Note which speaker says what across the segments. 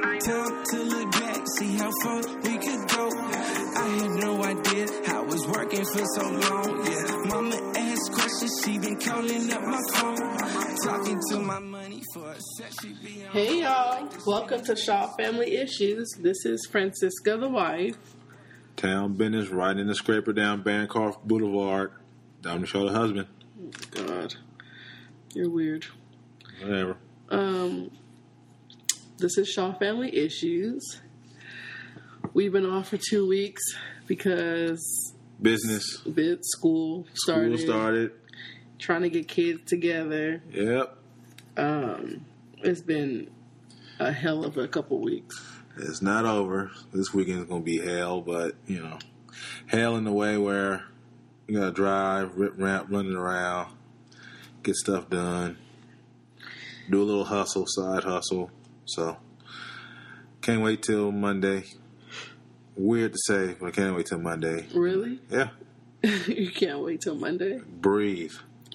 Speaker 1: could look back, see how far we could go. I had no idea I was working for so long. Yeah, mama asked questions, she been calling up my phone, talking to my money for a set. She be on.
Speaker 2: Hey y'all, welcome to Shaw Family Issues. This is Francisca the wife.
Speaker 3: Town business, riding in the scraper down Bancroft Boulevard. Down the show the husband.
Speaker 2: God, you're weird.
Speaker 3: Whatever.
Speaker 2: Um, this is Shaw Family Issues. We've been off for two weeks because
Speaker 3: Business.
Speaker 2: bid school started,
Speaker 3: School started.
Speaker 2: trying to get kids together.
Speaker 3: Yep.
Speaker 2: Um, it's been a hell of a couple weeks.
Speaker 3: It's not over. This weekend's gonna be hell, but you know, hell in the way where you gotta drive, rip ramp, running around, get stuff done, do a little hustle, side hustle. So can't wait till Monday. Weird to say, but I can't wait till Monday.
Speaker 2: Really?
Speaker 3: Yeah.
Speaker 2: you can't wait till Monday?
Speaker 3: Breathe.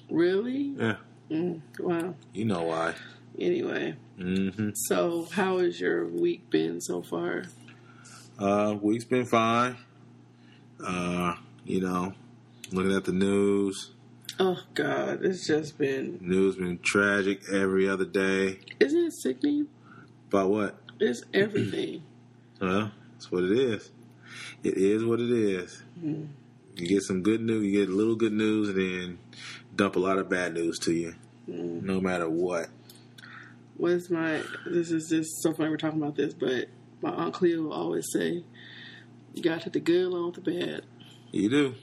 Speaker 2: Really?
Speaker 3: Yeah.
Speaker 2: Wow.
Speaker 3: You know why.
Speaker 2: Anyway,
Speaker 3: Mm-hmm.
Speaker 2: so how has your week been so far?
Speaker 3: Uh, week's been fine. Uh, you know, looking at the news.
Speaker 2: Oh God, it's just been.
Speaker 3: News been tragic every other day.
Speaker 2: Isn't it sickening?
Speaker 3: About what?
Speaker 2: It's everything.
Speaker 3: Well, that's what it is. It is what it is. You get some good news, you get a little good news, and then dump a lot of bad news to you, no matter what.
Speaker 2: Was my this is just so funny we're talking about this, but my aunt Cleo will always say, "You got to take the good along with the bad."
Speaker 3: You do.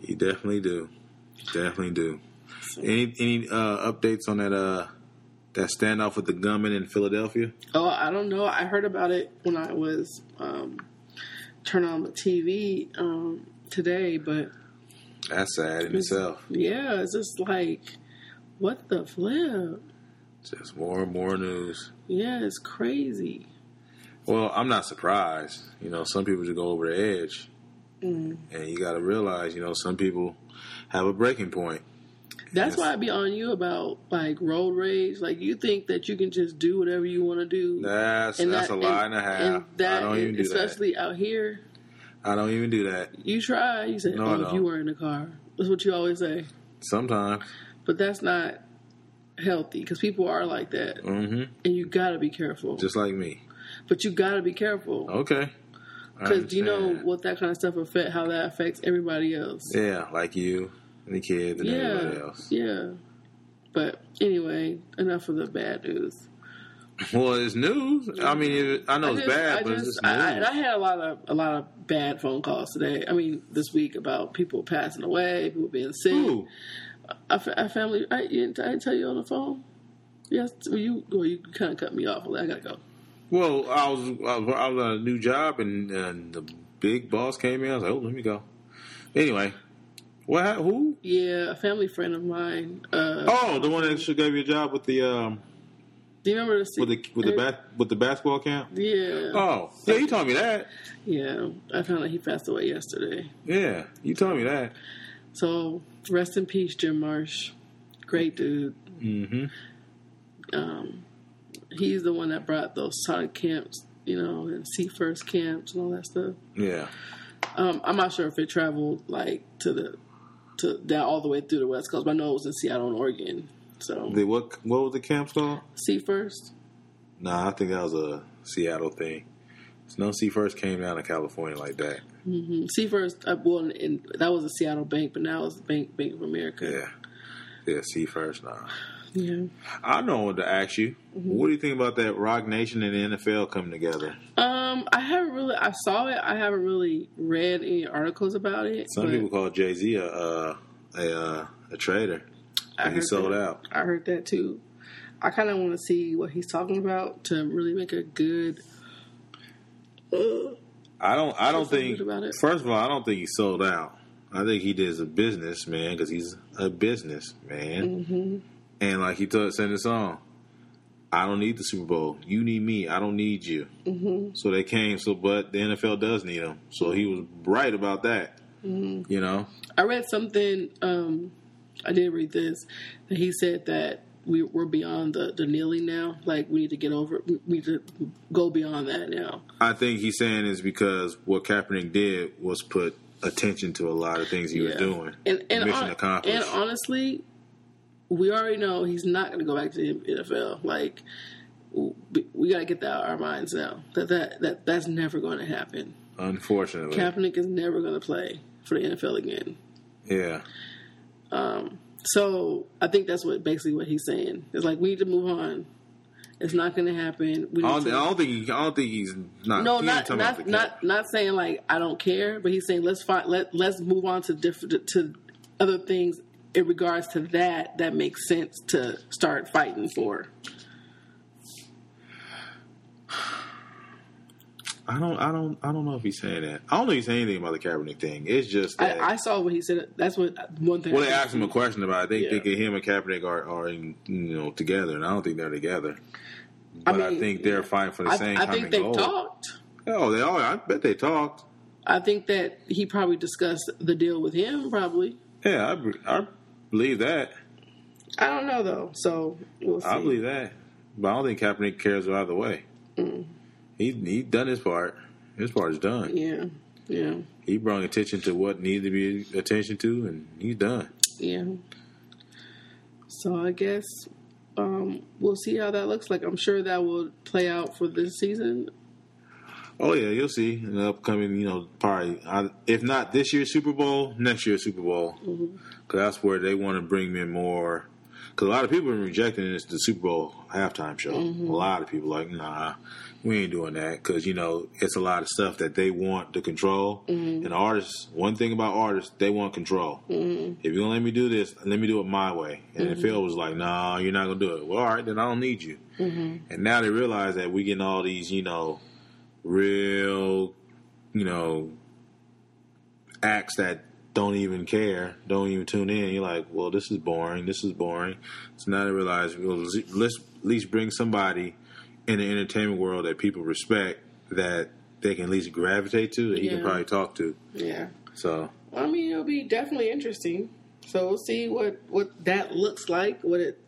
Speaker 3: You definitely do. Definitely do. Any any uh, updates on that uh that standoff with the gunman in Philadelphia?
Speaker 2: Oh, I don't know. I heard about it when I was um, turning on the TV um, today, but
Speaker 3: That's sad in itself.
Speaker 2: yeah, it's just like what the flip.
Speaker 3: Just more and more news.
Speaker 2: Yeah, it's crazy.
Speaker 3: Well, I'm not surprised. You know, some people just go over the edge,
Speaker 2: Mm.
Speaker 3: and you got to realize, you know, some people have a breaking point.
Speaker 2: That's
Speaker 3: Yes.
Speaker 2: why I be on you about like road rage. Like you think that you can just do whatever you want to do.
Speaker 3: That's that's
Speaker 2: that-
Speaker 3: a lie and, a half.
Speaker 2: that,
Speaker 3: I don't even
Speaker 2: and
Speaker 3: do that.
Speaker 2: especially out here,
Speaker 3: I don't even do that.
Speaker 2: you try. You say,
Speaker 3: No, I
Speaker 2: "Oh, if
Speaker 3: don't.
Speaker 2: you were in the car," that's what you always say.
Speaker 3: Sometimes,
Speaker 2: But that's not healthy because people are like that,
Speaker 3: hmm
Speaker 2: and you gotta be careful.
Speaker 3: just like me.
Speaker 2: but you gotta be careful
Speaker 3: Okay, I
Speaker 2: because you know
Speaker 3: understand.
Speaker 2: what that kind of stuff affect how that affects everybody else.
Speaker 3: Yeah, like you and the kids and
Speaker 2: Yeah,
Speaker 3: everybody else.
Speaker 2: yeah. But anyway, enough of the bad news.
Speaker 3: Well, it's news. I mean, it, I know it's
Speaker 2: I just-
Speaker 3: bad,
Speaker 2: I
Speaker 3: but
Speaker 2: just,
Speaker 3: it's just
Speaker 2: I, I, and
Speaker 3: news.
Speaker 2: I had a lot of a lot of bad phone calls today. I mean, this week about people passing away, people being sick.
Speaker 3: Ooh,
Speaker 2: I, fa- I family. I, you didn't, I didn't tell you on the phone. Yes, well, you well, you kind of cut me off. I gotta go.
Speaker 3: well, I was I was I was on a new job, and, and the big boss came in. I was like, oh, let me go. Anyway, what? hap- Who?
Speaker 2: Yeah, a family friend of mine. Uh,
Speaker 3: Oh, the one that should gave you a job with the um
Speaker 2: do you remember the se- uh,
Speaker 3: with the with the bat with the basketball camp.
Speaker 2: Yeah,
Speaker 3: Oh, yeah, you told me that.
Speaker 2: yeah. I found out he passed away yesterday.
Speaker 3: Yeah, you told me that.
Speaker 2: So rest in peace, Jim Marsh. Great dude.
Speaker 3: Mm-hmm.
Speaker 2: um, he's the one that brought those sonic camps, you know, and sea first camps and all that stuff.
Speaker 3: Yeah,
Speaker 2: Um, I'm not sure if it traveled like to the to that all the way through the West Coast, but I know it was in Seattle and Oregon. So
Speaker 3: the what what was the camp called?
Speaker 2: sea first,
Speaker 3: Nah, I think that was a Seattle thing. Snow Sea first came down to California like that.
Speaker 2: mm, sea first. Uh, well, in, that was a Seattle bank, but now it's Bank Bank of America.
Speaker 3: Yeah, yeah, Sea first. Nah,
Speaker 2: Yeah.
Speaker 3: I know what to ask you. What do you think about that Rock Nation and the NFL coming together?
Speaker 2: Um, I haven't really. I saw it. I haven't really read any articles about it.
Speaker 3: Some
Speaker 2: but
Speaker 3: people call Jay Z a uh, a uh, a traitor.
Speaker 2: I
Speaker 3: and he
Speaker 2: heard
Speaker 3: sold
Speaker 2: that.
Speaker 3: out.
Speaker 2: I heard that too. I kind of want to see what he's talking about to really make a good. uh,
Speaker 3: I don't. I don't
Speaker 2: What's so
Speaker 3: think.
Speaker 2: good about it?
Speaker 3: First of all, I don't think he sold out. I think he did as a businessman because he's a businessman. Mm-hmm. And like he told, sent his song. I don't need the Super Bowl. You need me. I don't need you. Mm-hmm. So they came. So, but the NFL does need him. So he was right about that.
Speaker 2: Mm-hmm.
Speaker 3: You know.
Speaker 2: I read something. Um, I did read this. That he said that we, we're beyond the, the kneeling now. Like, we need to get over We need to go beyond that now.
Speaker 3: I think he's saying is because what Kaepernick did was put attention to a lot of things he was
Speaker 2: Yeah.
Speaker 3: doing.
Speaker 2: And, and,
Speaker 3: Mission
Speaker 2: hon-
Speaker 3: accomplished.
Speaker 2: and honestly, we already know he's not going to go back to the NFL. Like, w- we got to get that out of our minds now. That, that, that That's never going to happen.
Speaker 3: unfortunately,
Speaker 2: Kaepernick is never going to play for the NFL again.
Speaker 3: yeah,
Speaker 2: So I think that's what basically what he's saying. It's like we need to move on. It's not going to happen. We
Speaker 3: I
Speaker 2: need
Speaker 3: don't,
Speaker 2: to,
Speaker 3: I don't think he, I don't think he's not.
Speaker 2: no,
Speaker 3: he ain't
Speaker 2: not
Speaker 3: talking about
Speaker 2: not
Speaker 3: the
Speaker 2: not, not saying like I don't care, but he's saying let's find let let's move on to different to other things in regards to that that makes sense to start fighting for.
Speaker 3: I don't. I don't. I don't know if he's saying that. I don't know if he's saying anything about the Kaepernick thing. It's just that.
Speaker 2: I, I saw what he said. That's what one thing.
Speaker 3: well,
Speaker 2: I
Speaker 3: they asked him a question about. It. They
Speaker 2: Yeah.
Speaker 3: thinking him and Kaepernick are are in, you know together, and I don't think they're together. But I,
Speaker 2: mean,
Speaker 3: think they're fighting for the
Speaker 2: I,
Speaker 3: same
Speaker 2: I
Speaker 3: common
Speaker 2: think they've
Speaker 3: goal.
Speaker 2: talked.
Speaker 3: Oh, they are. I bet they talked.
Speaker 2: I think that he probably discussed the deal with him. Probably.
Speaker 3: Yeah, I, be- I believe that.
Speaker 2: I don't know though. So we'll see.
Speaker 3: I believe that. But I don't think Kaepernick cares either way. He he done his part. His part is done.
Speaker 2: Mm. Yeah. Yeah.
Speaker 3: He brought attention to what needed to be attention to, and he's done.
Speaker 2: Yeah. So I guess um, we'll see how that looks like. I'm sure that will play out for this season.
Speaker 3: Oh yeah, you'll see in the upcoming, you know, probably I, if not this year's Super Bowl, next year's Super Bowl, because that's where they want to bring in more. Because a lot of people have been rejecting this the Super Bowl halftime show. A lot of people like, nah, we ain't doing that because you know it's a lot of stuff that they want to control. And artists, one thing about artists, they want control. If you're gonna let me do this, let me do it my way. And Phil was like, nah, you're not gonna do it. Well, all right, then I don't need you. And now they realize that we getting all these, you know real, you know, acts that don't even care, don't even tune in. You're like, well, this is boring. This is boring. So now they realize, well, let's at least bring somebody in the entertainment world that people respect that they can at least gravitate to that he can
Speaker 2: Yeah.
Speaker 3: probably talk to.
Speaker 2: Yeah.
Speaker 3: So
Speaker 2: I mean, it'll be definitely interesting. So we'll see what what that looks like, what it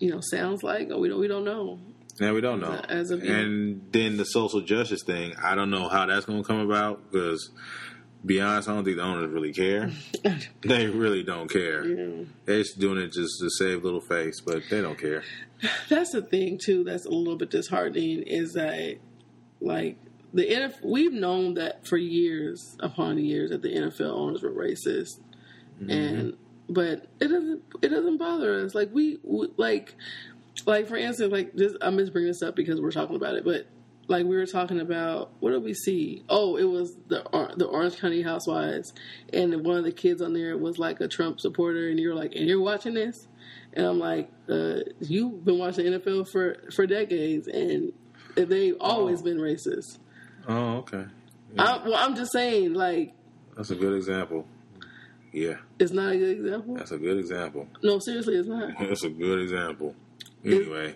Speaker 2: you know sounds like. We don't we don't know.
Speaker 3: now we don't know.
Speaker 2: As of yet.
Speaker 3: and then the social justice thing, I don't know how that's going to come about because, be honest, I don't think the owners really care. they really don't care.
Speaker 2: Yeah.
Speaker 3: They're just doing it just to save little face, but they don't care.
Speaker 2: That's the thing too. That's a little bit disheartening. Is that like the NFL? We've known that for years upon years that the NFL owners were racist, and but it doesn't it doesn't bother us. Like we, we like like for instance, like this. I'm just bringing this up because we're talking about it, but. Like we were talking about, what did we see? Oh, it was the Or- the Orange County Housewives, and one of the kids on there was like a Trump supporter, and you're like, and you're watching this, and I'm like, uh, you've been watching NFL for for decades, and they've always been racist.
Speaker 3: Oh, okay.
Speaker 2: I, well, I'm just saying, like,
Speaker 3: That's a good example. Yeah,
Speaker 2: it's not a good example.
Speaker 3: that's Mm-hmm. a good example.
Speaker 2: No, seriously, it's not.
Speaker 3: That's a good example. Anyway,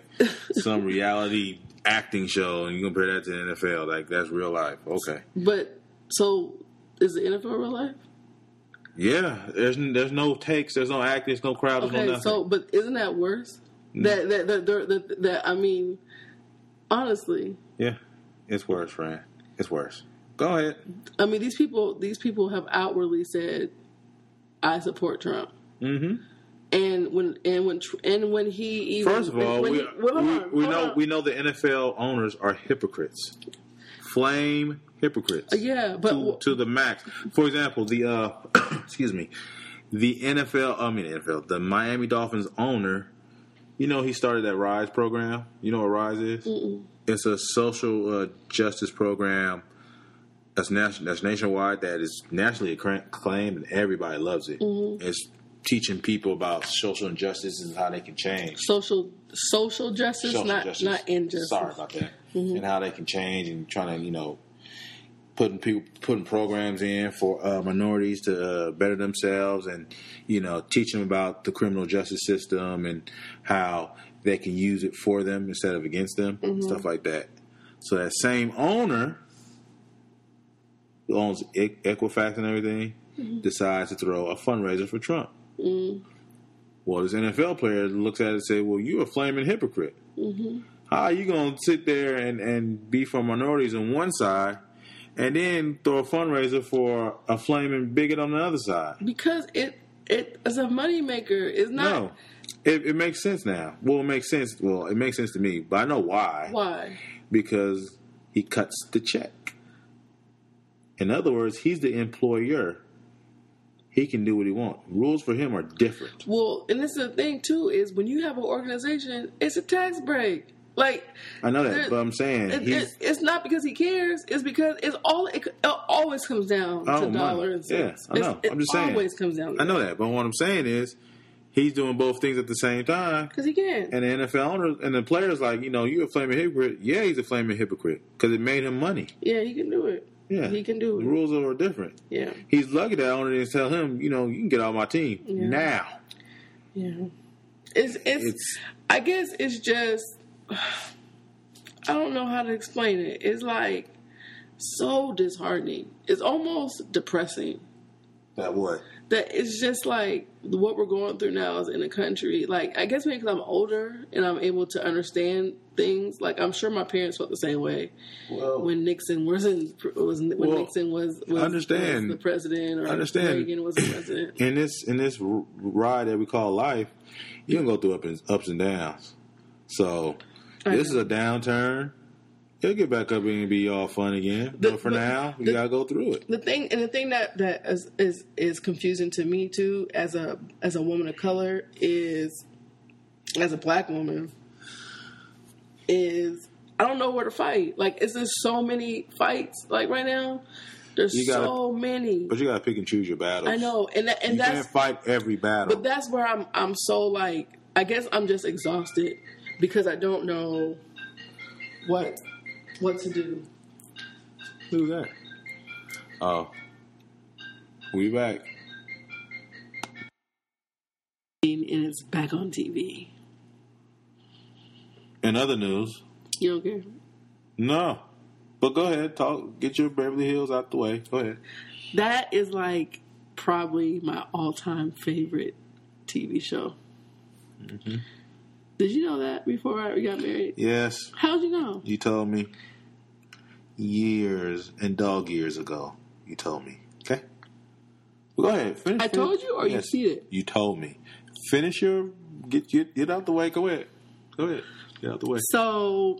Speaker 3: some reality acting show, and you compare that to the NFL. Like, that's real life. Okay.
Speaker 2: But so is the NFL real life?
Speaker 3: Yeah, there's there's no takes, there's no acting, there's no crowd, there's no
Speaker 2: Okay,
Speaker 3: nothing.
Speaker 2: so but isn't that worse?
Speaker 3: Mm.
Speaker 2: That that that, that that that I mean, honestly,
Speaker 3: yeah, it's worse, friend. It's worse. Go ahead.
Speaker 2: I mean these people these people have outwardly said, I support Trump.
Speaker 3: Mm-hmm.
Speaker 2: And when and when Tr- and when he even
Speaker 3: First of all,
Speaker 2: when
Speaker 3: we,
Speaker 2: he- well, hold
Speaker 3: we,
Speaker 2: on,
Speaker 3: we
Speaker 2: hold
Speaker 3: know
Speaker 2: on.
Speaker 3: we know the NFL owners are hypocrites, flame hypocrites.
Speaker 2: Uh, yeah, but
Speaker 3: to, to the max. For example, the uh, excuse me, the NFL. I mean, NFL. The Miami Dolphins owner. You know, he started that Rise program. You know what Rise is? It's a social uh, justice program that's national, that's nationwide. That is nationally accra- acclaimed, and everybody loves it. It's teaching people about social injustices and how they can change
Speaker 2: social social justice,
Speaker 3: social
Speaker 2: not
Speaker 3: justice.
Speaker 2: not injustice. Mm-hmm.
Speaker 3: Sorry about that. And how they can change and trying to you know putting people putting programs in for uh, minorities to uh, better themselves and you know teach them about the criminal justice system and how they can use it for them instead of against them
Speaker 2: Mm-hmm.
Speaker 3: stuff like that. So that same owner who owns E,
Speaker 2: Mm-hmm. Mm.
Speaker 3: Equ- Equifax and everything decides to throw a fundraiser for Trump. Well, this NFL player looks at it and say, "Well, you're a flaming hypocrite.
Speaker 2: hmm
Speaker 3: How are you gonna sit there and and be for minorities on one side, and then throw a fundraiser for a flaming bigot on the other side?"
Speaker 2: Because it it is a moneymaker. It's not
Speaker 3: No, it, it makes sense now. Well, it makes sense. Well, it makes sense to me, but I know why.
Speaker 2: why.
Speaker 3: Because he cuts the check. In other words, he's the employer. He can do what he wants. Rules for him are different.
Speaker 2: Well, and this is the thing too is when you have an organization, it's a tax break. Like
Speaker 3: I know that,
Speaker 2: There-
Speaker 3: but I'm saying
Speaker 2: it,
Speaker 3: he's.
Speaker 2: it, it's not because he cares. It's because it's all it, it always comes down
Speaker 3: Oh,
Speaker 2: to
Speaker 3: money.
Speaker 2: dollars.
Speaker 3: Yeah, I know.
Speaker 2: It
Speaker 3: I'm just saying.
Speaker 2: always comes down.
Speaker 3: I know that, but what I'm saying is he's doing both things at the same time.
Speaker 2: because he can.
Speaker 3: And the NFL owner and the players like, you know, you're a flaming hypocrite. Yeah, he's a flaming hypocrite because it made him money.
Speaker 2: yeah, he can do it.
Speaker 3: Yeah,
Speaker 2: He can do
Speaker 3: The
Speaker 2: it.
Speaker 3: rules are different.
Speaker 2: Yeah,
Speaker 3: He's lucky that owner didn't tell him, you know, you can get out my team
Speaker 2: Yeah.
Speaker 3: now.
Speaker 2: yeah. It's, it's
Speaker 3: It's
Speaker 2: I guess it's just I don't know how to explain it. It's like so disheartening. It's almost depressing.
Speaker 3: that what?
Speaker 2: that it's just like what we're going through now is in the country. Like I guess maybe because I'm older and I'm able to understand things. Like I'm sure my parents felt the same way
Speaker 3: Well,
Speaker 2: when Nixon was in was when
Speaker 3: Well,
Speaker 2: Nixon was, was
Speaker 3: understand.
Speaker 2: was the president or
Speaker 3: Understand.
Speaker 2: Reagan was the president.
Speaker 3: in this in this r- ride that we call life, you can go through up and ups and downs. So
Speaker 2: I
Speaker 3: this is a downturn. It'll get back up and be all fun again.
Speaker 2: The-
Speaker 3: but for
Speaker 2: but
Speaker 3: now, you
Speaker 2: the-
Speaker 3: gotta go through it.
Speaker 2: the thing and the thing that that is, is is confusing to me too as a as a woman of color is as a black woman is I don't know where to fight. Like, is there so many fights like right now? There's
Speaker 3: You gotta-
Speaker 2: so many.
Speaker 3: But you gotta pick and choose your battles.
Speaker 2: I know, and that, and
Speaker 3: You
Speaker 2: that's
Speaker 3: can't fight every battle.
Speaker 2: but that's where I'm I'm so like I guess I'm just exhausted because I don't know what what to do.
Speaker 3: Who's that? Oh, we back.
Speaker 2: And it's back on TV.
Speaker 3: In other news,
Speaker 2: You don't care.
Speaker 3: no. But go ahead, talk. Get your Beverly Hills out the way. Go ahead.
Speaker 2: That is like probably my all time favorite TV show. Did you know that before I- we got married?
Speaker 3: Yes,
Speaker 2: How'd you know?
Speaker 3: you told me years and dog years ago. You told me. Okay. Well, go ahead. Finish.
Speaker 2: I told you or you see it?
Speaker 3: You told me. Finish your get get get out the way. Go ahead. Go ahead. Get out the way.
Speaker 2: So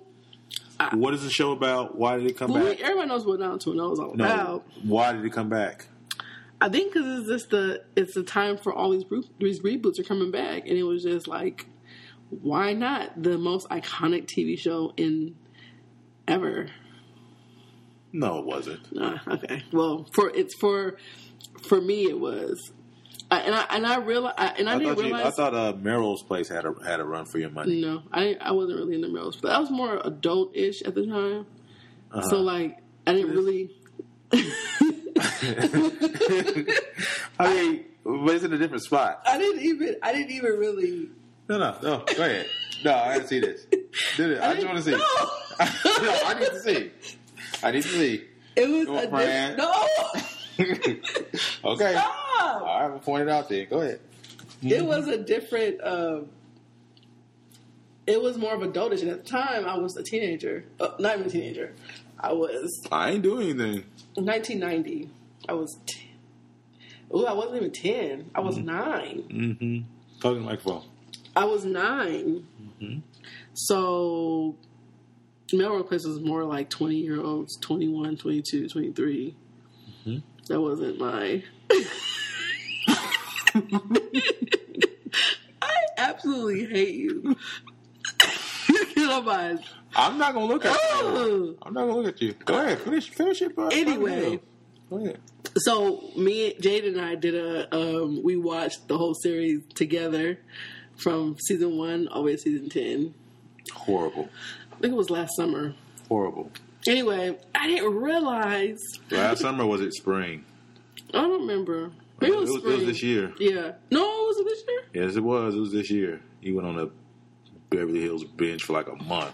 Speaker 3: What is the show about? Why did it come
Speaker 2: well, we,
Speaker 3: back?
Speaker 2: everyone knows what 90210 is all
Speaker 3: No.
Speaker 2: about.
Speaker 3: Why did it come back?
Speaker 2: I think because it's just the it's the time for all these re- these reboots are coming back, and it was just like, why not the most iconic TV show in ever?
Speaker 3: No, it wasn't.
Speaker 2: Ah, okay. Well, for it's for for me it was, I, and I and I realize I, and I,
Speaker 3: I
Speaker 2: didn't
Speaker 3: thought, you, I
Speaker 2: realize.
Speaker 3: thought uh, Meryl's place had a had a run for your money.
Speaker 2: no, I I wasn't really into Meryl's, but I was more adult ish at the time.
Speaker 3: Uh-huh.
Speaker 2: So like I didn't really.
Speaker 3: I mean, but it's in a different spot.
Speaker 2: I didn't even. I didn't even really.
Speaker 3: No, no, no. Go ahead. No, I gotta see this. Did it? I, just want to see.
Speaker 2: No,
Speaker 3: no, I need to see. I need to see.
Speaker 2: it was
Speaker 3: Your
Speaker 2: a
Speaker 3: friend.
Speaker 2: diff- no.
Speaker 3: okay.
Speaker 2: Stop.
Speaker 3: All right, we'll point it out there. Go ahead.
Speaker 2: It was a different. Um, it was more of adultish, and at the time I was a teenager. Uh, not even a teenager. I was
Speaker 3: I ain't doing anything.
Speaker 2: 1990. I was. T- Ooh, I wasn't even 10. I was nine.
Speaker 3: Mm-hmm. Talking microphone.
Speaker 2: I was 9 So, Melrose Place was more like 20 year olds, 21, 22, 23. That wasn't my. I absolutely hate you. Get on my.
Speaker 3: I'm not gonna look at you.
Speaker 2: Oh.
Speaker 3: I'm not gonna look at you. Go ahead. Finish. Finish it, bro.
Speaker 2: Anyway.
Speaker 3: Go ahead.
Speaker 2: So me, Jade, and I did a um, we watched the whole series together from season one all the way to season ten.
Speaker 3: Horrible.
Speaker 2: I think it was last summer.
Speaker 3: Horrible.
Speaker 2: Anyway, I didn't realize.
Speaker 3: Last summer was it spring?
Speaker 2: I don't remember. Maybe it was,
Speaker 3: it was
Speaker 2: spring.
Speaker 3: this year.
Speaker 2: Yeah. No, it was this year.
Speaker 3: Yes, it was. It was this year. You went on a Beverly Hills binge for like a month.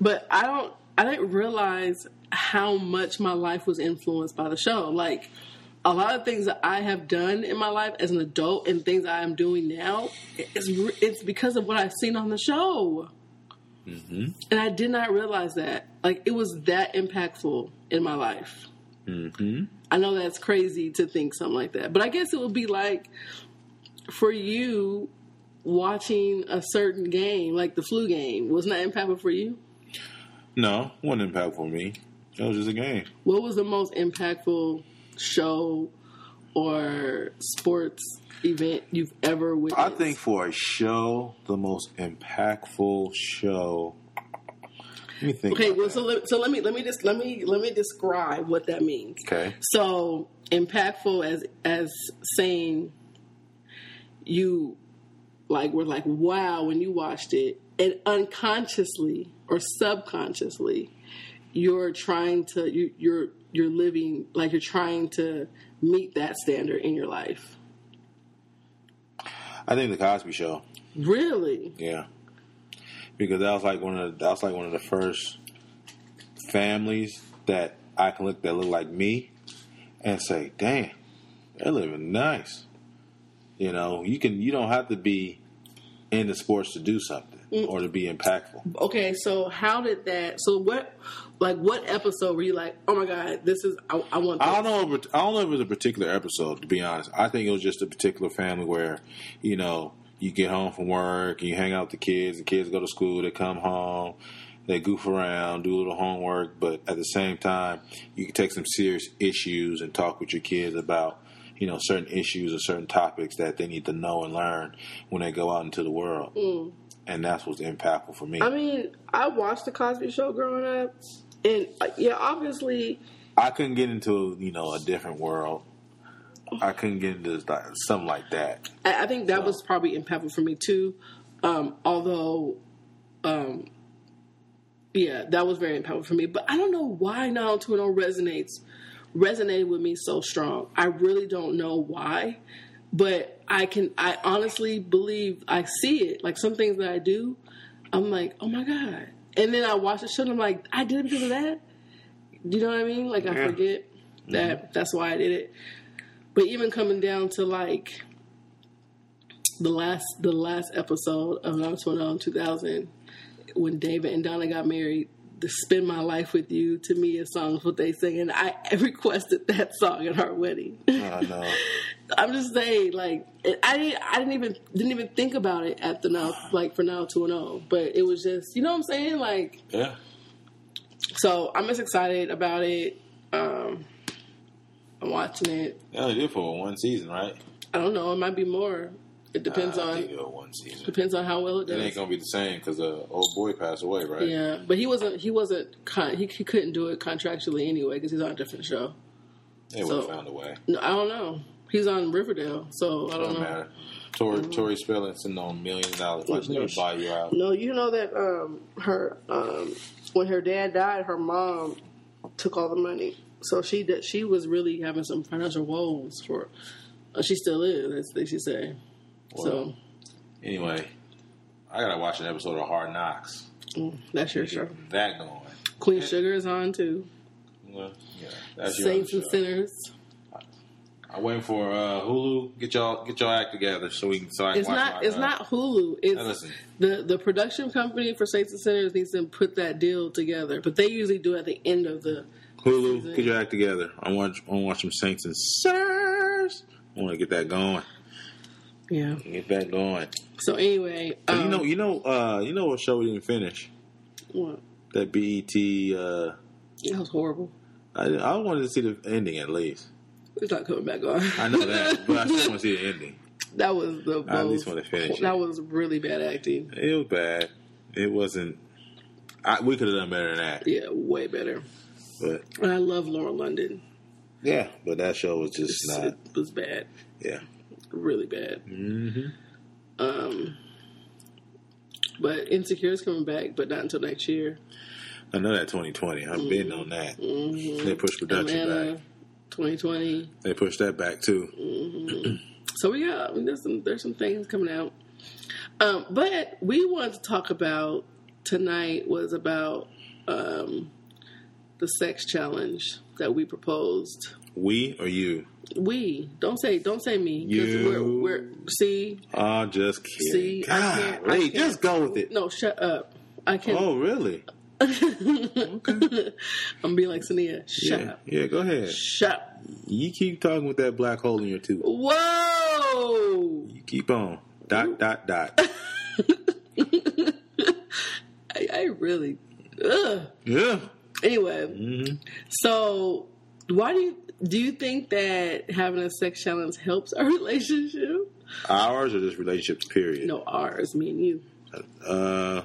Speaker 2: But I don't. I didn't realize how much my life was influenced by the show. Like a lot of things that I have done in my life as an adult and things I am doing now, it's it's because of what I've seen on the show. And I did not realize that. Like it was that impactful in my life. I know that's crazy to think something like that, but I guess it would be like for you watching a certain game, like the flu game, wasn't that impactful for you?
Speaker 3: No, wasn't impactful for me. It was just a game.
Speaker 2: What was the most impactful show or sports event you've ever
Speaker 3: I
Speaker 2: witnessed?
Speaker 3: think for a show, the most impactful show. Let me think.
Speaker 2: Okay,
Speaker 3: about
Speaker 2: well,
Speaker 3: that.
Speaker 2: so let, so let me let me just let me let me describe what that means.
Speaker 3: okay.
Speaker 2: So impactful as as saying you like were like wow when you watched it, and unconsciously or subconsciously you're trying to you, you're you're living like you're trying to meet that standard in your life.
Speaker 3: I think the Cosby Show.
Speaker 2: Really,
Speaker 3: Yeah, because that was like one of the, that was like one of the first families that I can look that look like me and say, "Damn, they're living nice." You know, you can you don't have to be in the sports to do something or to be impactful.
Speaker 2: okay so how did that so what like what episode were you like oh my god this is i, I want this.
Speaker 3: I don't know. If it, I don't know if it was a particular episode. To be honest, I think it was just a particular family where, you know, you get home from work, you hang out with the kids, the kids go to school, they come home, they goof around, do a little homework, but at the same time, you can take some serious issues and talk with your kids about, you know, certain issues or certain topics that they need to know and learn when they go out into the world. And that's what's impactful for me.
Speaker 2: Mm. I mean, I watched the Cosby Show growing up, and uh, yeah, obviously,
Speaker 3: I couldn't get into you know a different world. I couldn't get into like, something like that.
Speaker 2: I, I think that was probably impactful for me too. Um, although, um, yeah, that was very impactful for me. But I don't know why 90210 resonates resonated with me so strong. I really don't know why, but I can. I honestly believe I see it. Like some things that I do, I'm like, oh my god. And then I watch the show and I'm like, I did it because of that. You know what I mean? Like I
Speaker 3: Yeah.
Speaker 2: forget that that's why I did it. But even coming down to like the last the last episode of 90210 2000 when David and Donna got married, the "Spend My Life with You" to me is songs what they sing, and I requested that song at our wedding.
Speaker 3: I know.
Speaker 2: I'm just saying, like, it, I didn't, I didn't even didn't even think about it at the now, like for now two and zero, but it was just, you know what I'm saying, like.
Speaker 3: Yeah.
Speaker 2: So I'm just excited about it. Um, I'm watching it.
Speaker 3: They only did for one season, right?
Speaker 2: I don't know. It might be more. It depends
Speaker 3: Nah, Uh, I think
Speaker 2: on
Speaker 3: it was one season.
Speaker 2: depends on how well it
Speaker 3: It
Speaker 2: does.
Speaker 3: ain't gonna be the same because uh, old boy passed away, right?
Speaker 2: Yeah, but he wasn't. He wasn't. Con- he, he couldn't do it contractually anyway because he's on a different show.
Speaker 3: They would have
Speaker 2: So-
Speaker 3: found a way.
Speaker 2: No, I don't know. He's on Riverdale, so I don't
Speaker 3: Don't
Speaker 2: know.
Speaker 3: matter. Tori, Tori Spelling sitting on millions of dollars watching
Speaker 2: Uh-huh. No,
Speaker 3: them buy you out.
Speaker 2: No, you know that um, her um, when her dad died, her mom took all the money. So she did, she was really having some financial woes for. Uh, she still is, that's they should say.
Speaker 3: Well, Anyway, I gotta watch an episode of Hard Knocks.
Speaker 2: so mm, that's your show.
Speaker 3: Get That going.
Speaker 2: Queen Sugar is on too.
Speaker 3: Well, yeah, that's your
Speaker 2: Saints and
Speaker 3: show.
Speaker 2: Sinners.
Speaker 3: I'm waiting for uh, Hulu. Get y'all get y'all act together so we can so I can
Speaker 2: It's
Speaker 3: watch
Speaker 2: not.
Speaker 3: my,
Speaker 2: It's
Speaker 3: uh,
Speaker 2: not Hulu. It's
Speaker 3: Now listen.
Speaker 2: the the production company for Saints and Sinners needs to put that deal together, but they usually do at the end of the.
Speaker 3: Hulu, get your act together. I want I want to watch some Saints and Sirs. I want to get that going.
Speaker 2: Yeah.
Speaker 3: Get that going.
Speaker 2: So anyway,
Speaker 3: But
Speaker 2: um,
Speaker 3: you know, you know, uh, you know what show we didn't finish?
Speaker 2: what?
Speaker 3: That BET. Uh,
Speaker 2: That was horrible.
Speaker 3: I I wanted to see the ending at least.
Speaker 2: It's not coming back on.
Speaker 3: I know that, but I still want to see the ending.
Speaker 2: that was the most,
Speaker 3: I at least want to finish. It.
Speaker 2: that was really bad acting.
Speaker 3: it was bad. It wasn't. I, we could have done better than that.
Speaker 2: Yeah, way better.
Speaker 3: But
Speaker 2: And I love Laura London.
Speaker 3: yeah, but that show was just not.
Speaker 2: It was bad,
Speaker 3: Yeah.
Speaker 2: really bad.
Speaker 3: Mm-hmm.
Speaker 2: Um, but Insecure is coming back, but not until next year.
Speaker 3: I know that 2020. I've been on that. They pushed production
Speaker 2: Mm-hmm. Atlanta, Mm.
Speaker 3: back.
Speaker 2: 2020.
Speaker 3: They pushed that back too.
Speaker 2: So we got I mean, there's some there's some things coming out. Um, but we wanted to talk about tonight was about um, the sex challenge that we proposed
Speaker 3: We or you?
Speaker 2: We don't say don't say me because
Speaker 3: You.
Speaker 2: we're we're see
Speaker 3: Ah, just kidding.
Speaker 2: See, I can't- I
Speaker 3: Golly,
Speaker 2: can't-
Speaker 3: just go with it.
Speaker 2: no shut up I can't
Speaker 3: Oh, really? okay.
Speaker 2: I'm gonna be like Sania shut
Speaker 3: Yeah.
Speaker 2: up
Speaker 3: yeah, go ahead.
Speaker 2: shut up.
Speaker 3: You keep talking with that black hole in your tooth.
Speaker 2: whoa
Speaker 3: You keep on. Dot, dot, dot.
Speaker 2: I, I really ugh.
Speaker 3: Yeah.
Speaker 2: anyway
Speaker 3: hmm
Speaker 2: so why do you do you think that having a sex challenge helps our relationship
Speaker 3: Ours or just relationships, period?
Speaker 2: no ours me and you
Speaker 3: Uh,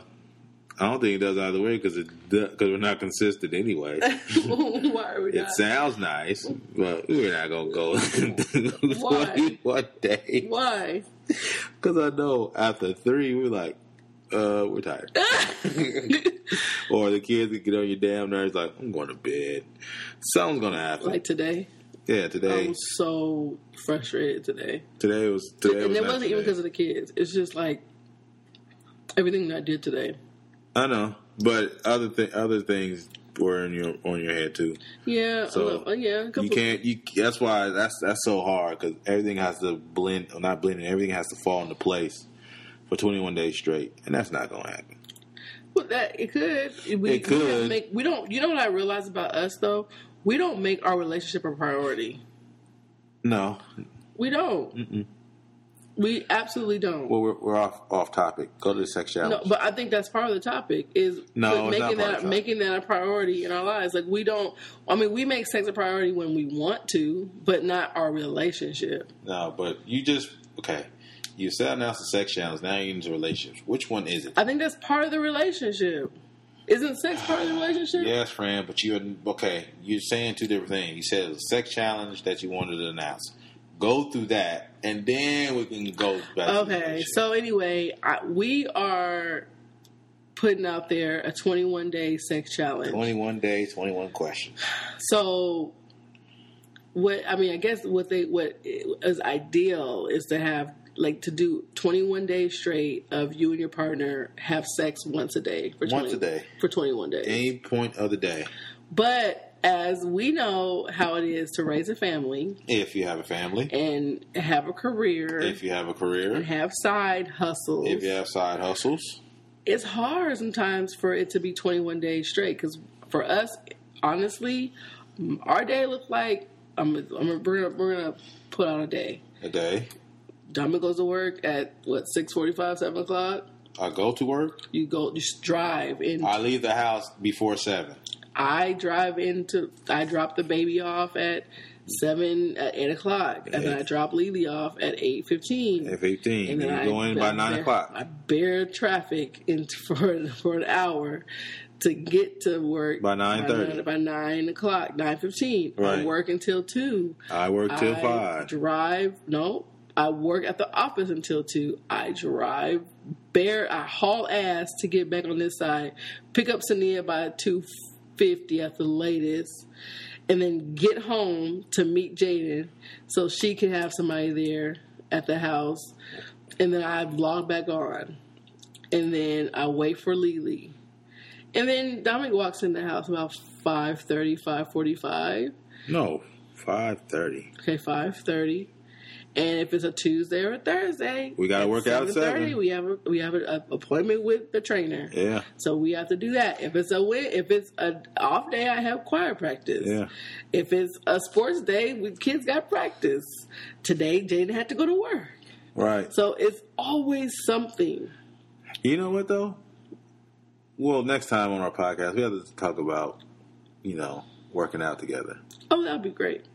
Speaker 3: I don't think it does either way because because we're not consistent anyway.
Speaker 2: why are we
Speaker 3: It
Speaker 2: not
Speaker 3: sounds nice, but we're not gonna go
Speaker 2: Why?
Speaker 3: one day
Speaker 2: why
Speaker 3: because I know after three we're like, uh, we're tired, or the kids get on your damn nerves. Like I'm going to bed. Something's gonna happen.
Speaker 2: like oh. today
Speaker 3: yeah, today
Speaker 2: I was so frustrated today.
Speaker 3: today was today
Speaker 2: and
Speaker 3: was
Speaker 2: it
Speaker 3: not
Speaker 2: wasn't even
Speaker 3: today.
Speaker 2: because of the kids. It's just like everything that I did today.
Speaker 3: I know, but other thi- other things were in your on your head too.
Speaker 2: Yeah,
Speaker 3: So,
Speaker 2: well, uh, yeah. a
Speaker 3: You
Speaker 2: couple-
Speaker 3: can't. You that's why that's that's so hard because everything has to blend. Or not blend. Everything has to fall into place for 21 days straight, and that's not gonna happen.
Speaker 2: Well, that it could. We,
Speaker 3: It could.
Speaker 2: We, don't make, we don't. You know what I realized about us though? We don't make our relationship a priority.
Speaker 3: No.
Speaker 2: We don't. We absolutely don't.
Speaker 3: Well, we're, we're off off topic. Go to the sex
Speaker 2: no,
Speaker 3: challenge.
Speaker 2: but I think that's part of the topic is
Speaker 3: No,
Speaker 2: making
Speaker 3: it's not part
Speaker 2: that
Speaker 3: of the topic.
Speaker 2: making that a priority in our lives. Like we don't. I mean, we make sex a priority when we want to, but not our relationship.
Speaker 3: no, but you just okay. You said announced the sex challenge. Now you're into relationships. Which one is it?
Speaker 2: I think that's part of the relationship. Isn't sex part of the relationship?
Speaker 3: Yes, friend, but you're okay. You're saying two different things. You said it was a sex challenge that you wanted to announce. Go through that, and then we can go back. to the
Speaker 2: Okay.
Speaker 3: relationship.
Speaker 2: So anyway, I, we are putting out there a 21 day sex challenge.
Speaker 3: 21 days, 21 questions.
Speaker 2: So what I mean, I guess what they what is ideal is to have like to do 21 days straight of you and your partner have sex once a day for
Speaker 3: Once a day.
Speaker 2: for 21 days.
Speaker 3: Any point of the day,
Speaker 2: But as we know how it is to raise a family
Speaker 3: if you have a family,
Speaker 2: and have a career
Speaker 3: if you have a
Speaker 2: and
Speaker 3: career,
Speaker 2: have side hustles.
Speaker 3: if you have side hustles,
Speaker 2: it's hard sometimes for it to be 21 days straight because for us, honestly, m- our day looked like I'm, I'm we're, gonna, we're gonna put out a day.
Speaker 3: a day.
Speaker 2: Diamond goes to work at what 6:45, 7 o'clock.
Speaker 3: I go to work.
Speaker 2: You go, you just drive, and I,
Speaker 3: I leave the house before 7.
Speaker 2: drive into. I drop the baby off at seven, at eight o'clock, and then I
Speaker 3: Eight.
Speaker 2: drop Lily off at eight fifteen.
Speaker 3: At 15.
Speaker 2: And
Speaker 3: And
Speaker 2: then I
Speaker 3: you go in by
Speaker 2: bear-
Speaker 3: 9
Speaker 2: I
Speaker 3: o'clock.
Speaker 2: bear traffic in for for an hour to get to work
Speaker 3: By 9:30.
Speaker 2: By nine o'clock, nine fifteen. I
Speaker 3: Right.
Speaker 2: work until two.
Speaker 3: I work till
Speaker 2: I
Speaker 3: 5.
Speaker 2: Drive. No, I work at the office until two. I drive. Bear. I haul ass to get back on this side. Pick up Sania by two fifty at the latest. And then get home to meet Jaden so she can have somebody there at the house. And then I log back on. And then I wait for Lily. And then Dominic walks in the house about 5.30, 5.45.
Speaker 3: No, 5.30.
Speaker 2: Okay, five thirty. And if it's a Tuesday or a Thursday,
Speaker 3: We gotta
Speaker 2: at
Speaker 3: work out at
Speaker 2: 7:30,
Speaker 3: seven.
Speaker 2: We have a, we have an a- appointment with the trainer,
Speaker 3: Yeah,
Speaker 2: so we have to do that. If it's a win, if it's a off day, I have choir practice.
Speaker 3: yeah.
Speaker 2: If it's a sports day, we kids got practice. Today, Jaden had to go to work,
Speaker 3: Right.
Speaker 2: so it's always something.
Speaker 3: You know what though? Well, next time on our podcast, we have to talk about, you know, working out together.
Speaker 2: Oh, that'd be great.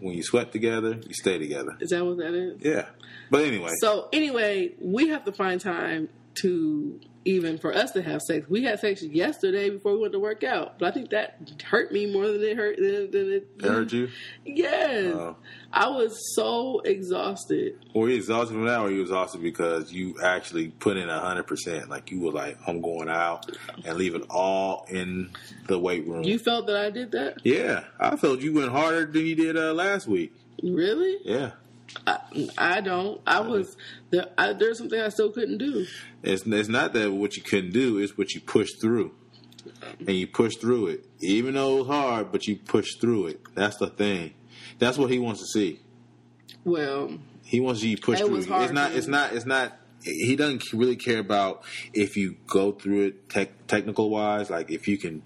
Speaker 3: When you sweat together, you stay together.
Speaker 2: Is that what that is?
Speaker 3: Yeah. But anyway,
Speaker 2: So anyway, we have to find time to even for us to have sex. We had sex yesterday before we went to work out, but I think that hurt me more than it hurt Oh. than, than it
Speaker 3: I heard you.
Speaker 2: Yes,
Speaker 3: Uh,
Speaker 2: I was so exhausted.
Speaker 3: were you exhausted from that, or you exhausted because you actually put in hundred percent? Like you were like, "I'm going out and leave it all in the weight room."
Speaker 2: You felt that I did that,
Speaker 3: yeah, I felt you went harder than you did uh, last week.
Speaker 2: really?
Speaker 3: Yeah,
Speaker 2: I, I don't. I was there. I, there's something I still couldn't do.
Speaker 3: It's it's not that what you couldn't do; it's what you pushed through, and you pushed through it, even though it was hard. But you pushed through it. That's the thing. That's what he wants to see.
Speaker 2: Well,
Speaker 3: He wants you to push
Speaker 2: It
Speaker 3: through.
Speaker 2: was hard
Speaker 3: It's not.
Speaker 2: for
Speaker 3: It's
Speaker 2: me.
Speaker 3: not. It's not. He doesn't really care about if you go through it tech, technical wise, like if you can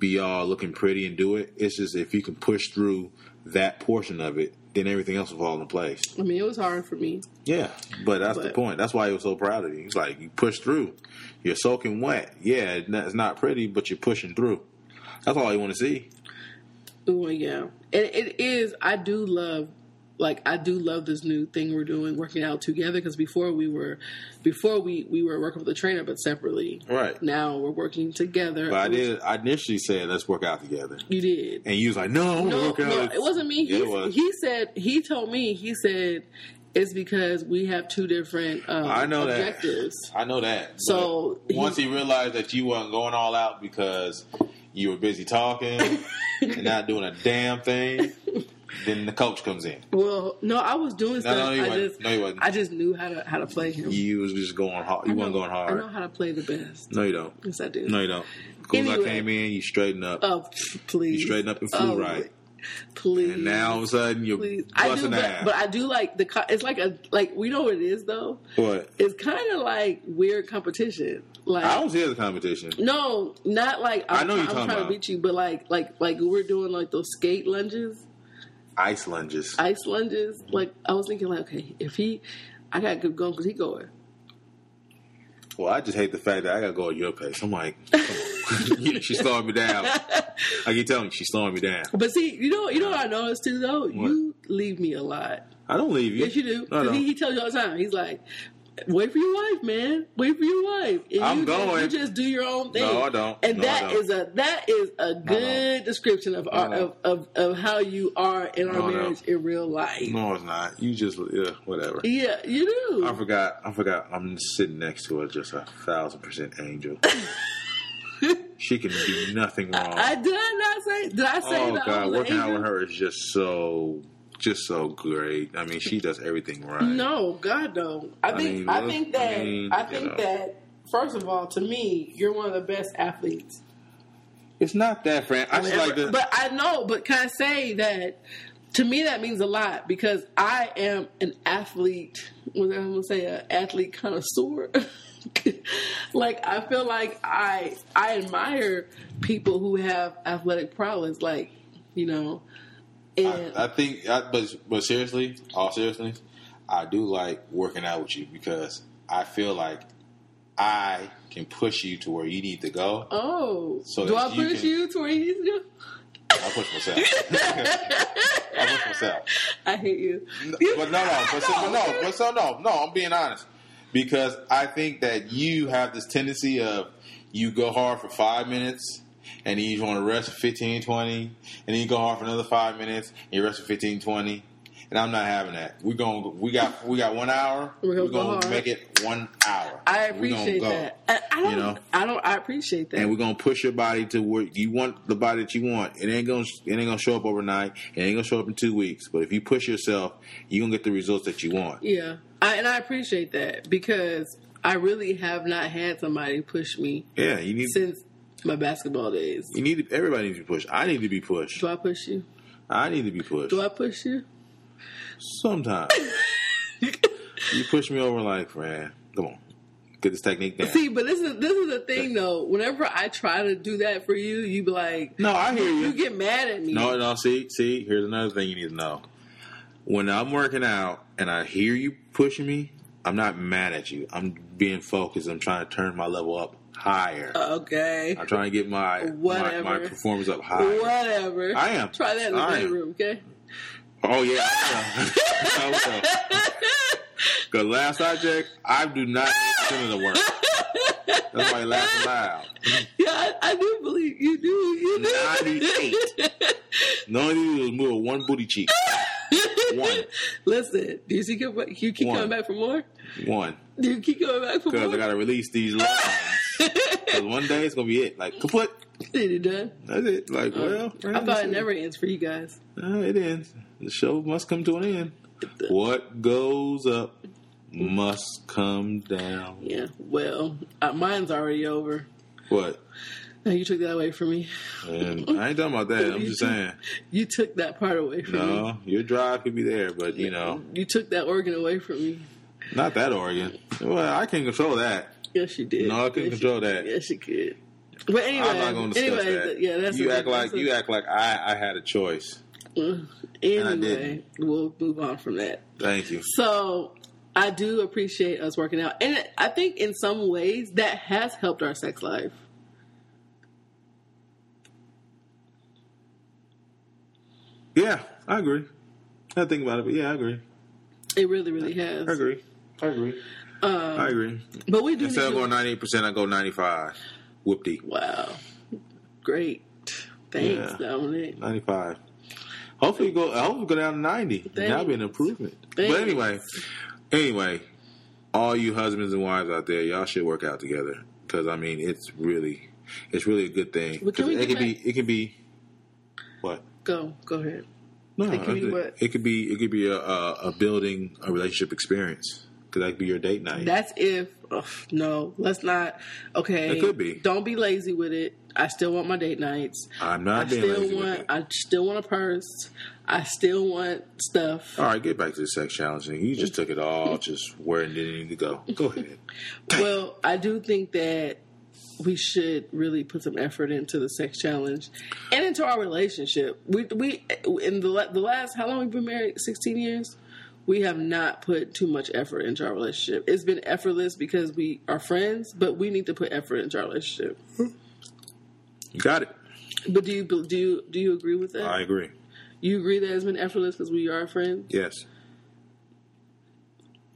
Speaker 3: be all looking pretty and do it. It's just if you can push through that portion of it, then everything else will fall into place.
Speaker 2: I mean, it was hard for me.
Speaker 3: Yeah, but that's the
Speaker 2: But-
Speaker 3: point. That's why he was so proud of you. He's like, you push through. You're soaking wet. Yeah, it- it's not pretty, but you're pushing through. That's all you want to see.
Speaker 2: Well, yeah, and it is. I do love, like, I do love this new thing we're doing, working out together. Because before we were, before we we were working with a trainer, but separately.
Speaker 3: Right.
Speaker 2: Now we're working together.
Speaker 3: But I
Speaker 2: which
Speaker 3: did. I initially said, let's work out together,
Speaker 2: You did.
Speaker 3: and you was like, no, I'm gonna
Speaker 2: No,
Speaker 3: work out.
Speaker 2: no, it wasn't me.
Speaker 3: Yeah,
Speaker 2: he,
Speaker 3: it was.
Speaker 2: he said he told me. He said it's because we have two different um,
Speaker 3: I know that.
Speaker 2: objectives.
Speaker 3: I know that.
Speaker 2: So,
Speaker 3: But once he realized that you weren't going all out because you were busy talking and not doing a damn thing, then the coach comes in.
Speaker 2: Well, no, I was doing
Speaker 3: No,
Speaker 2: stuff.
Speaker 3: no, you
Speaker 2: I
Speaker 3: wasn't.
Speaker 2: just,
Speaker 3: No, you wasn't.
Speaker 2: I just knew how to how to play him.
Speaker 3: You was just going hard.
Speaker 2: I
Speaker 3: You
Speaker 2: know-
Speaker 3: weren't going
Speaker 2: I know
Speaker 3: hard.
Speaker 2: how to play the best.
Speaker 3: No, you don't.
Speaker 2: Yes, I do.
Speaker 3: No, you don't. Cool
Speaker 2: Anyway.
Speaker 3: I came in, you straightened up.
Speaker 2: Oh, pff, please.
Speaker 3: You straighten up and flew
Speaker 2: Oh,
Speaker 3: right.
Speaker 2: Please.
Speaker 3: And now all of a sudden you're
Speaker 2: please. I do,
Speaker 3: busting
Speaker 2: but,
Speaker 3: ass.
Speaker 2: but I do like the. co- It's like a like we know what it is though.
Speaker 3: what?
Speaker 2: It's kind of like weird competition. Like
Speaker 3: I don't see it as a competition.
Speaker 2: no, not like I'm,
Speaker 3: I know
Speaker 2: try-
Speaker 3: you're
Speaker 2: I'm
Speaker 3: talking
Speaker 2: trying
Speaker 3: about.
Speaker 2: to beat you, but like like like we're doing like those skate lunges,
Speaker 3: Ice lunges.
Speaker 2: ice lunges. Like I was thinking like okay, if he, I got good going because he going.
Speaker 3: well, I just hate the fact that I gotta go at your pace. I'm like, come on. Yeah, she's slowing me down. I keep telling you, she's slowing me down.
Speaker 2: But see, you know, you know what I noticed too though. You leave me a lot.
Speaker 3: I don't leave you.
Speaker 2: Yes, you do.
Speaker 3: No,
Speaker 2: 'Cause
Speaker 3: no.
Speaker 2: He, he tells you all the time. He's like, "Wait for your wife, man. Wait for your wife." And
Speaker 3: I'm
Speaker 2: you
Speaker 3: going.
Speaker 2: Just, you just do your own thing.
Speaker 3: I don't.
Speaker 2: And
Speaker 3: No, I
Speaker 2: that
Speaker 3: don't.
Speaker 2: is a that is a good description of, our,
Speaker 3: No.
Speaker 2: of, of of how you are in our
Speaker 3: No, no.
Speaker 2: marriage in real life.
Speaker 3: no, it's not. You just, yeah, whatever.
Speaker 2: Yeah, you do.
Speaker 3: I forgot. I forgot. I'm sitting next to her, just a thousand percent angel. she can do nothing wrong.
Speaker 2: I did I not say? Did I say
Speaker 3: Oh
Speaker 2: that? I was
Speaker 3: god,
Speaker 2: an
Speaker 3: working out
Speaker 2: angel?
Speaker 3: with her is just so, just so great. I mean, she does everything right.
Speaker 2: No, God no. I
Speaker 3: I
Speaker 2: think
Speaker 3: mean,
Speaker 2: I,
Speaker 3: look,
Speaker 2: think that
Speaker 3: I mean,
Speaker 2: I
Speaker 3: you
Speaker 2: think
Speaker 3: know.
Speaker 2: that first of all, to me, you're one of the best athletes.
Speaker 3: It's not that, Fran. I just
Speaker 2: Ever-
Speaker 3: like the.
Speaker 2: But I know, but can I say that to me that means a lot because I am an athlete. Was I gonna say an athlete connoisseur? like I feel like I I admire people who have athletic prowess, like you know, and
Speaker 3: I, I think, I, but but seriously, all seriousness, I do like working out with you because I feel like I can push you to where you need to go.
Speaker 2: oh,
Speaker 3: So
Speaker 2: do I
Speaker 3: that you
Speaker 2: push
Speaker 3: can-
Speaker 2: you to where you need to go?
Speaker 3: I push myself. I push myself.
Speaker 2: I hate you.
Speaker 3: No, but no, no, but so, but no, but so no, no. I'm being honest because I think that you have this tendency of you go hard for five minutes and then you want to rest for 15, 20, and then you go hard for another five minutes and you rest for 15, 20. And I'm not having that. We're going. We got. We got one hour.
Speaker 2: We're
Speaker 3: We're,
Speaker 2: gonna go
Speaker 3: going
Speaker 2: hard.
Speaker 3: to make it one hour.
Speaker 2: I
Speaker 3: We're gonna
Speaker 2: appreciate
Speaker 3: go.
Speaker 2: that. I, I don't.
Speaker 3: You know?
Speaker 2: I don't. I appreciate that.
Speaker 3: And we're gonna push your body to where you want the body that you want. It ain't gonna it ain't gonna show up overnight. It ain't gonna show up in two weeks. But if you push yourself, you're gonna get the results that you want.
Speaker 2: Yeah, I, and I appreciate that because I really have not had somebody push me
Speaker 3: Yeah, you need
Speaker 2: since my basketball days.
Speaker 3: you need to, everybody needs to be pushed. I need to be pushed.
Speaker 2: Do I push you?
Speaker 3: I need to be pushed.
Speaker 2: Do I push you?
Speaker 3: Sometimes you push me over like, man, come on, get this technique down.
Speaker 2: See, but this is this is the thing though. Whenever I try to do that for you, you be like,
Speaker 3: no, I hear
Speaker 2: you
Speaker 3: you.
Speaker 2: get mad at me.
Speaker 3: No, no. See, see. Here's another thing you need to know. When I'm working out and I hear you pushing me, I'm not mad at you. I'm being focused. I'm trying to turn my level up higher.
Speaker 2: Okay.
Speaker 3: I'm trying to get my my,
Speaker 2: Uh, Whatever.
Speaker 3: my performance up higher.
Speaker 2: Whatever.
Speaker 3: I am.
Speaker 2: Try that in the
Speaker 3: I am.
Speaker 2: bedroom, okay?
Speaker 3: Oh yeah. Because last I checked, I do not send it to work. That's why you laughing loud.
Speaker 2: Yeah, I, I do believe you do. You do.
Speaker 3: Ninety-eight. No only thing you do is move one booty cheek. One,
Speaker 2: Listen, do you see? You keep
Speaker 3: One.
Speaker 2: coming back for more.
Speaker 3: one.
Speaker 2: Do you keep coming back for more?
Speaker 3: Because I gotta release these lines. 'Cause one day it's gonna be it. Like kaput.
Speaker 2: Is it done?
Speaker 3: That's it. Like well,
Speaker 2: Uh, I thought it never ends for you guys.
Speaker 3: Uh, it ends. The show must come to an end. What goes up must come down.
Speaker 2: Yeah. Well, uh, mine's already over.
Speaker 3: What?
Speaker 2: Now you took that away from me.
Speaker 3: And I ain't talking about that. I'm just saying.
Speaker 2: You took that part away from me.
Speaker 3: No, your drive could be there, but you know,
Speaker 2: You took that organ away from me.
Speaker 3: not that Oregon. Well, I can control that.
Speaker 2: Yes, you did.
Speaker 3: No, I couldn't
Speaker 2: yes,
Speaker 3: control
Speaker 2: you,
Speaker 3: that.
Speaker 2: Yes, you could. But anyway,
Speaker 3: I'm not going to discuss
Speaker 2: anyway,
Speaker 3: that.
Speaker 2: th- yeah, that's
Speaker 3: you
Speaker 2: what
Speaker 3: act like
Speaker 2: that's
Speaker 3: you
Speaker 2: what-
Speaker 3: act like I I had a choice. I
Speaker 2: Anyway,
Speaker 3: didn't.
Speaker 2: we'll move on from that.
Speaker 3: Thank you.
Speaker 2: So I do appreciate us working out, and I think in some ways that has helped our sex life.
Speaker 3: Yeah, I agree. I think about it, but yeah, I agree.
Speaker 2: It really, really
Speaker 3: I
Speaker 2: has.
Speaker 3: agree. I agree.
Speaker 2: Um,
Speaker 3: I agree.
Speaker 2: But we do
Speaker 3: Instead of
Speaker 2: need to-
Speaker 3: going ninety eight percent, I go ninety five. Whoopty.
Speaker 2: Wow, great. Thanks,
Speaker 3: Yeah.
Speaker 2: Dominic.
Speaker 3: Ninety five. Hopefully go hopefully go down to ninety. That'd be an improvement.
Speaker 2: Thanks.
Speaker 3: But anyway anyway, all you husbands and wives out there, y'all should work out together. Because I mean it's really it's really a good thing.
Speaker 2: But can
Speaker 3: 'Cause
Speaker 2: we
Speaker 3: it
Speaker 2: do
Speaker 3: can be it can be what?
Speaker 2: Go, go ahead.
Speaker 3: No,
Speaker 2: It could be what?
Speaker 3: It could be it could be a, a, a building a relationship experience. Could that be your date night?
Speaker 2: That's if ugh, no, let's not. Okay,
Speaker 3: It could be.
Speaker 2: Don't be lazy with it. I still want my date nights.
Speaker 3: I'm not
Speaker 2: I
Speaker 3: being
Speaker 2: still
Speaker 3: lazy with
Speaker 2: want.
Speaker 3: it.
Speaker 2: I still want a purse. I still want stuff.
Speaker 3: All right, get back to the sex challenge thing. You just took it all, just where it didn't need to go. Go ahead.
Speaker 2: Well, I do think that we should really put some effort into the sex challenge and into our relationship. We we in the la- the last how long we've been married? Sixteen years. We have not put too much effort into our relationship. It's been effortless because we are friends, but we need to put effort into our relationship.
Speaker 3: You got it.
Speaker 2: But do you do you do you agree with that?
Speaker 3: I agree.
Speaker 2: you agree that it's been effortless because we are friends.
Speaker 3: Yes.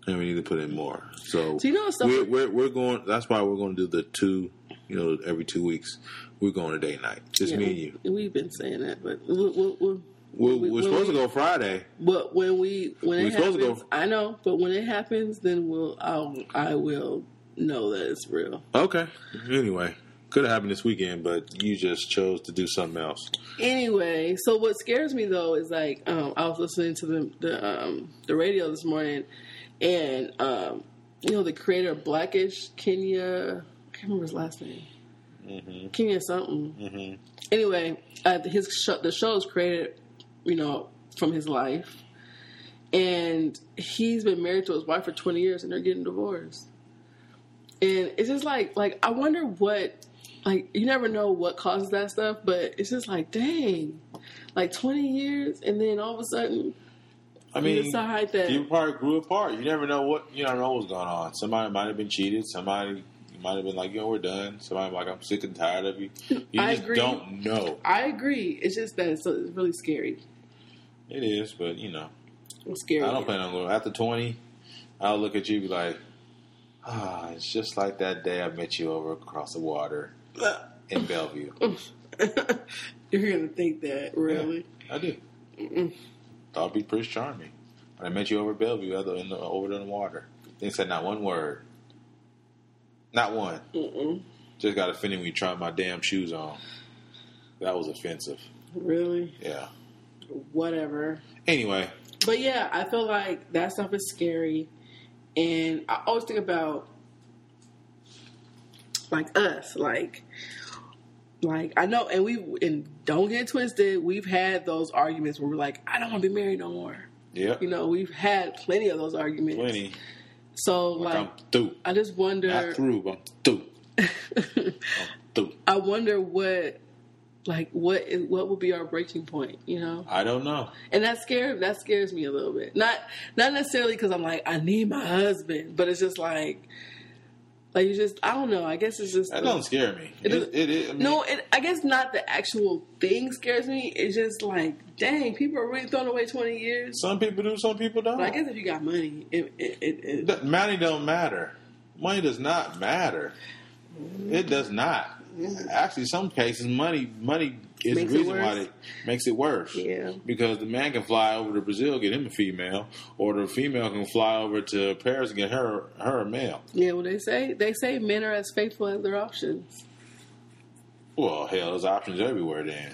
Speaker 3: And we need to put in more. So,
Speaker 2: So you know what's so-
Speaker 3: we're, we're we're going. That's why we're going to do the two. You know, every two weeks, we're going to date night. Just me and you.
Speaker 2: We've been saying that, but we'll, we'll, we'll,
Speaker 3: We're,
Speaker 2: we-
Speaker 3: we're supposed
Speaker 2: we-
Speaker 3: to go Friday.
Speaker 2: but when we when
Speaker 3: We're
Speaker 2: it
Speaker 3: supposed to go-
Speaker 2: happens, I know. But when it happens, then we'll I'll I will know that it's real.
Speaker 3: Okay. Anyway, could have happened this weekend, but you just chose to do something else.
Speaker 2: Anyway, so what scares me though is like um, I was listening to the the um, the radio this morning, and um, you know the creator of Blackish Kenya, I can't remember his last name, Kenya something. Anyway, uh, his show, the show is created, you know, from his life, and he's been married to his wife for twenty years, and they're getting divorced. And it's just like like I wonder what like you never know what causes that stuff, but it's just like dang, like twenty years, and then all of a sudden
Speaker 3: I
Speaker 2: You
Speaker 3: mean,
Speaker 2: decide that-
Speaker 3: you probably grew apart. You never know what you never know what's going on. Somebody might have been cheated. Somebody might have been like, "Yo, we're done." Somebody like, "I'm sick and tired of you." You
Speaker 2: I
Speaker 3: just
Speaker 2: agree.
Speaker 3: don't know.
Speaker 2: I agree. It's just that it's, uh, it's really scary.
Speaker 3: It is, but you know,
Speaker 2: It's scary.
Speaker 3: I don't plan on going after twenty. I'll look at you and be like, "Ah, it's just like that day I met you over across the water in Bellevue."
Speaker 2: You're gonna think that Oh, really.
Speaker 3: Yeah, I do. Thought it'd be pretty charming. But I met you over at Bellevue, other in the, over in the water. They said not one word. Not one.
Speaker 2: Mm-mm.
Speaker 3: Just got offended when you tried my damn shoes on. That was offensive.
Speaker 2: Really.
Speaker 3: Yeah.
Speaker 2: Whatever.
Speaker 3: Anyway,
Speaker 2: But yeah, I feel like that stuff is scary, and I always think about like us, like like I know, and we and don't get it twisted. We've had those arguments where we're like, I don't want to be married no more.
Speaker 3: yep.
Speaker 2: You know, we've had plenty of those arguments.
Speaker 3: Plenty.
Speaker 2: So like,
Speaker 3: I'm through.
Speaker 2: I just wonder.
Speaker 3: Not through, but I'm through. I'm through.
Speaker 2: I wonder what. Like what is what would be our breaking point, you know?
Speaker 3: I don't know.
Speaker 2: and that scares that scares me a little bit. Not not necessarily because I'm like I need my husband, but it's just like like you just I don't know. I guess it's just
Speaker 3: That don't scare me.
Speaker 2: It
Speaker 3: It,
Speaker 2: doesn't-
Speaker 3: it, it- I mean,
Speaker 2: no. It, I guess not the actual thing scares me. It's just like dang, people are really throwing away twenty years.
Speaker 3: Some people do, some people don't.
Speaker 2: But I guess if you got money, it, it, it, it
Speaker 3: Th- Money don't matter. Money does not matter. It does not. Actually, some cases, money money is
Speaker 2: Makes
Speaker 3: the
Speaker 2: it
Speaker 3: reason why
Speaker 2: worse.
Speaker 3: it makes it worse.
Speaker 2: Yeah.
Speaker 3: Because the man can fly over to Brazil, get him a female, or the female can fly over to Paris and get her her a male.
Speaker 2: yeah. Well, they say they say men are as faithful as their options.
Speaker 3: Well, hell, there's options everywhere. Then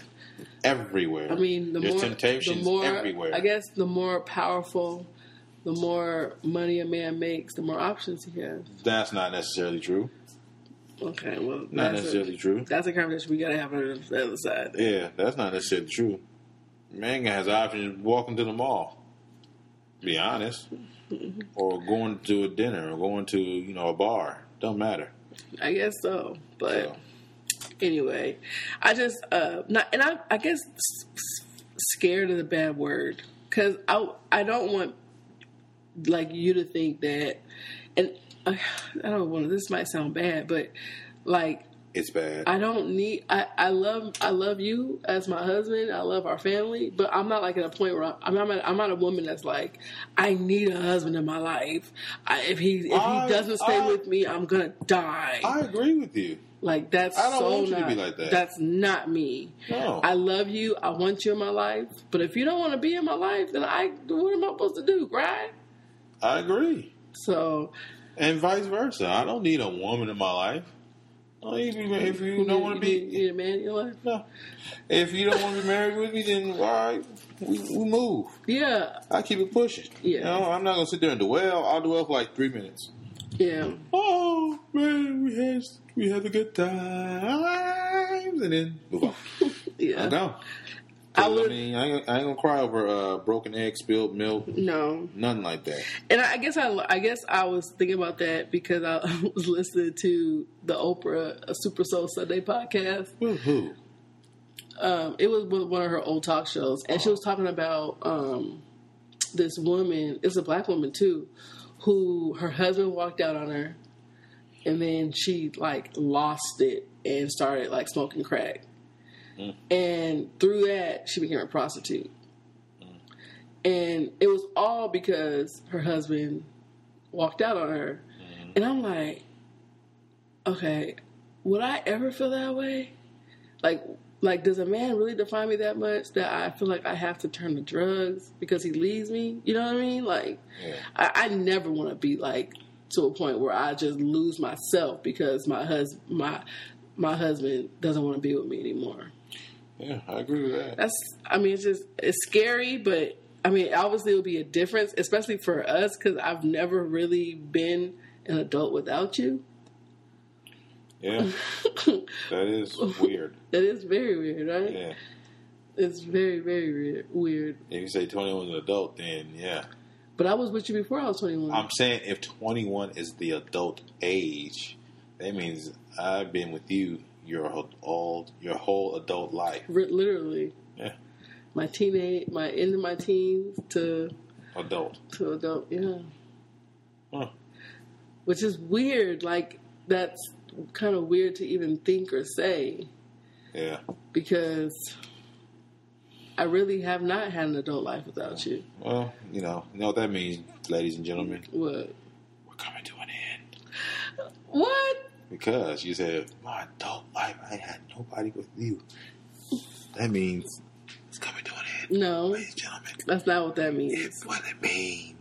Speaker 3: everywhere.
Speaker 2: I mean, the
Speaker 3: there's
Speaker 2: more
Speaker 3: temptations
Speaker 2: the more
Speaker 3: everywhere.
Speaker 2: I guess the more powerful, the more money a man makes, the more options he has.
Speaker 3: that's not necessarily true.
Speaker 2: Okay, well,
Speaker 3: Not
Speaker 2: that's a,
Speaker 3: necessarily true.
Speaker 2: that's a conversation we gotta have on the other side.
Speaker 3: Yeah, that's not necessarily true. Man has the option of walking to the mall. Be honest, or going to a dinner, or going to you know a bar. Don't matter.
Speaker 2: I guess so, but.
Speaker 3: So,
Speaker 2: anyway i just uh not and i i guess s- s- scared is a bad word because i i don't want like you to think that and uh, i don't want this might sound bad but like
Speaker 3: it's bad.
Speaker 2: i don't need i i love i love you as my husband i love our family but i'm not like at a point where i'm i'm not, I'm not a woman that's like i need a husband in my life I, if he if
Speaker 3: I-
Speaker 2: he doesn't stay
Speaker 3: I-
Speaker 2: with me i'm gonna die
Speaker 3: I agree with you.
Speaker 2: like that's
Speaker 3: I don't
Speaker 2: so
Speaker 3: want you
Speaker 2: not,
Speaker 3: to be like that.
Speaker 2: That's not me.
Speaker 3: No.
Speaker 2: I love you. I want you in my life. But if you don't want to be in my life, then I what am I supposed to do, right?
Speaker 3: I agree,
Speaker 2: So
Speaker 3: and vice versa. I don't need a woman in my life. No, If you, if you don't want to
Speaker 2: you need,
Speaker 3: be,
Speaker 2: you need a man in your life.
Speaker 3: no. If you don't want to be married with me, then all right, we, we move.
Speaker 2: Yeah,
Speaker 3: I keep it pushing.
Speaker 2: Yeah.
Speaker 3: You know, I'm not gonna sit there and dwell. I'll dwell for like three minutes.
Speaker 2: yeah.
Speaker 3: Oh man, we had we had a good time, and then move on.
Speaker 2: Yeah,
Speaker 3: I'm gone.
Speaker 2: I
Speaker 3: I,
Speaker 2: would-
Speaker 3: mean, I ain't, I ain't gonna cry over uh, broken egg, spilled milk,
Speaker 2: no,
Speaker 3: nothing like that.
Speaker 2: and I I guess I, I guess I was thinking about that because I was listening to the Oprah uh, Super Soul Sunday podcast,
Speaker 3: Woohoo!
Speaker 2: um, it was with one of her old talk shows, and she was talking about um, this woman. It's a black woman too, who her husband walked out on her, and then she like lost it and started like smoking crack, and through that she became a prostitute, and it was all because her husband walked out on her, and I'm like, okay, would I ever feel that way? like like does a man really define me that much that I feel like I have to turn to drugs because he leaves me? You know what I mean? Like
Speaker 3: Yeah.
Speaker 2: I, I never want to be like to a point where I just lose myself because my hus my my husband doesn't want to be with me anymore.
Speaker 3: Yeah, I agree with that.
Speaker 2: That's I mean it's just it's scary, but I mean obviously it'll be a difference, especially for us because I've never really been an adult without you.
Speaker 3: Yeah, that is weird.
Speaker 2: That is very weird, right?
Speaker 3: Yeah,
Speaker 2: It's very very weird. Weird.
Speaker 3: if you say 21 is an adult, then yeah.
Speaker 2: But I was with you before I was 21.
Speaker 3: I'm saying if 21 is the adult age, that means I've been with you your whole all your whole adult life.
Speaker 2: Ri- literally.
Speaker 3: Yeah,
Speaker 2: My teenage, my end of my teens to
Speaker 3: adult.
Speaker 2: to adult, yeah.
Speaker 3: Huh.
Speaker 2: Which is weird. Like that's kind of weird to even think or say
Speaker 3: Yeah,
Speaker 2: because I really have not had an adult life without you.
Speaker 3: well, you know, you know what that means, ladies and gentlemen.
Speaker 2: What?
Speaker 3: We're coming to an end
Speaker 2: What?
Speaker 3: because you said my adult life. I had nobody with you. That means it's coming to an end,
Speaker 2: No,
Speaker 3: ladies and gentlemen.
Speaker 2: that's not what that means.
Speaker 3: It's what it means.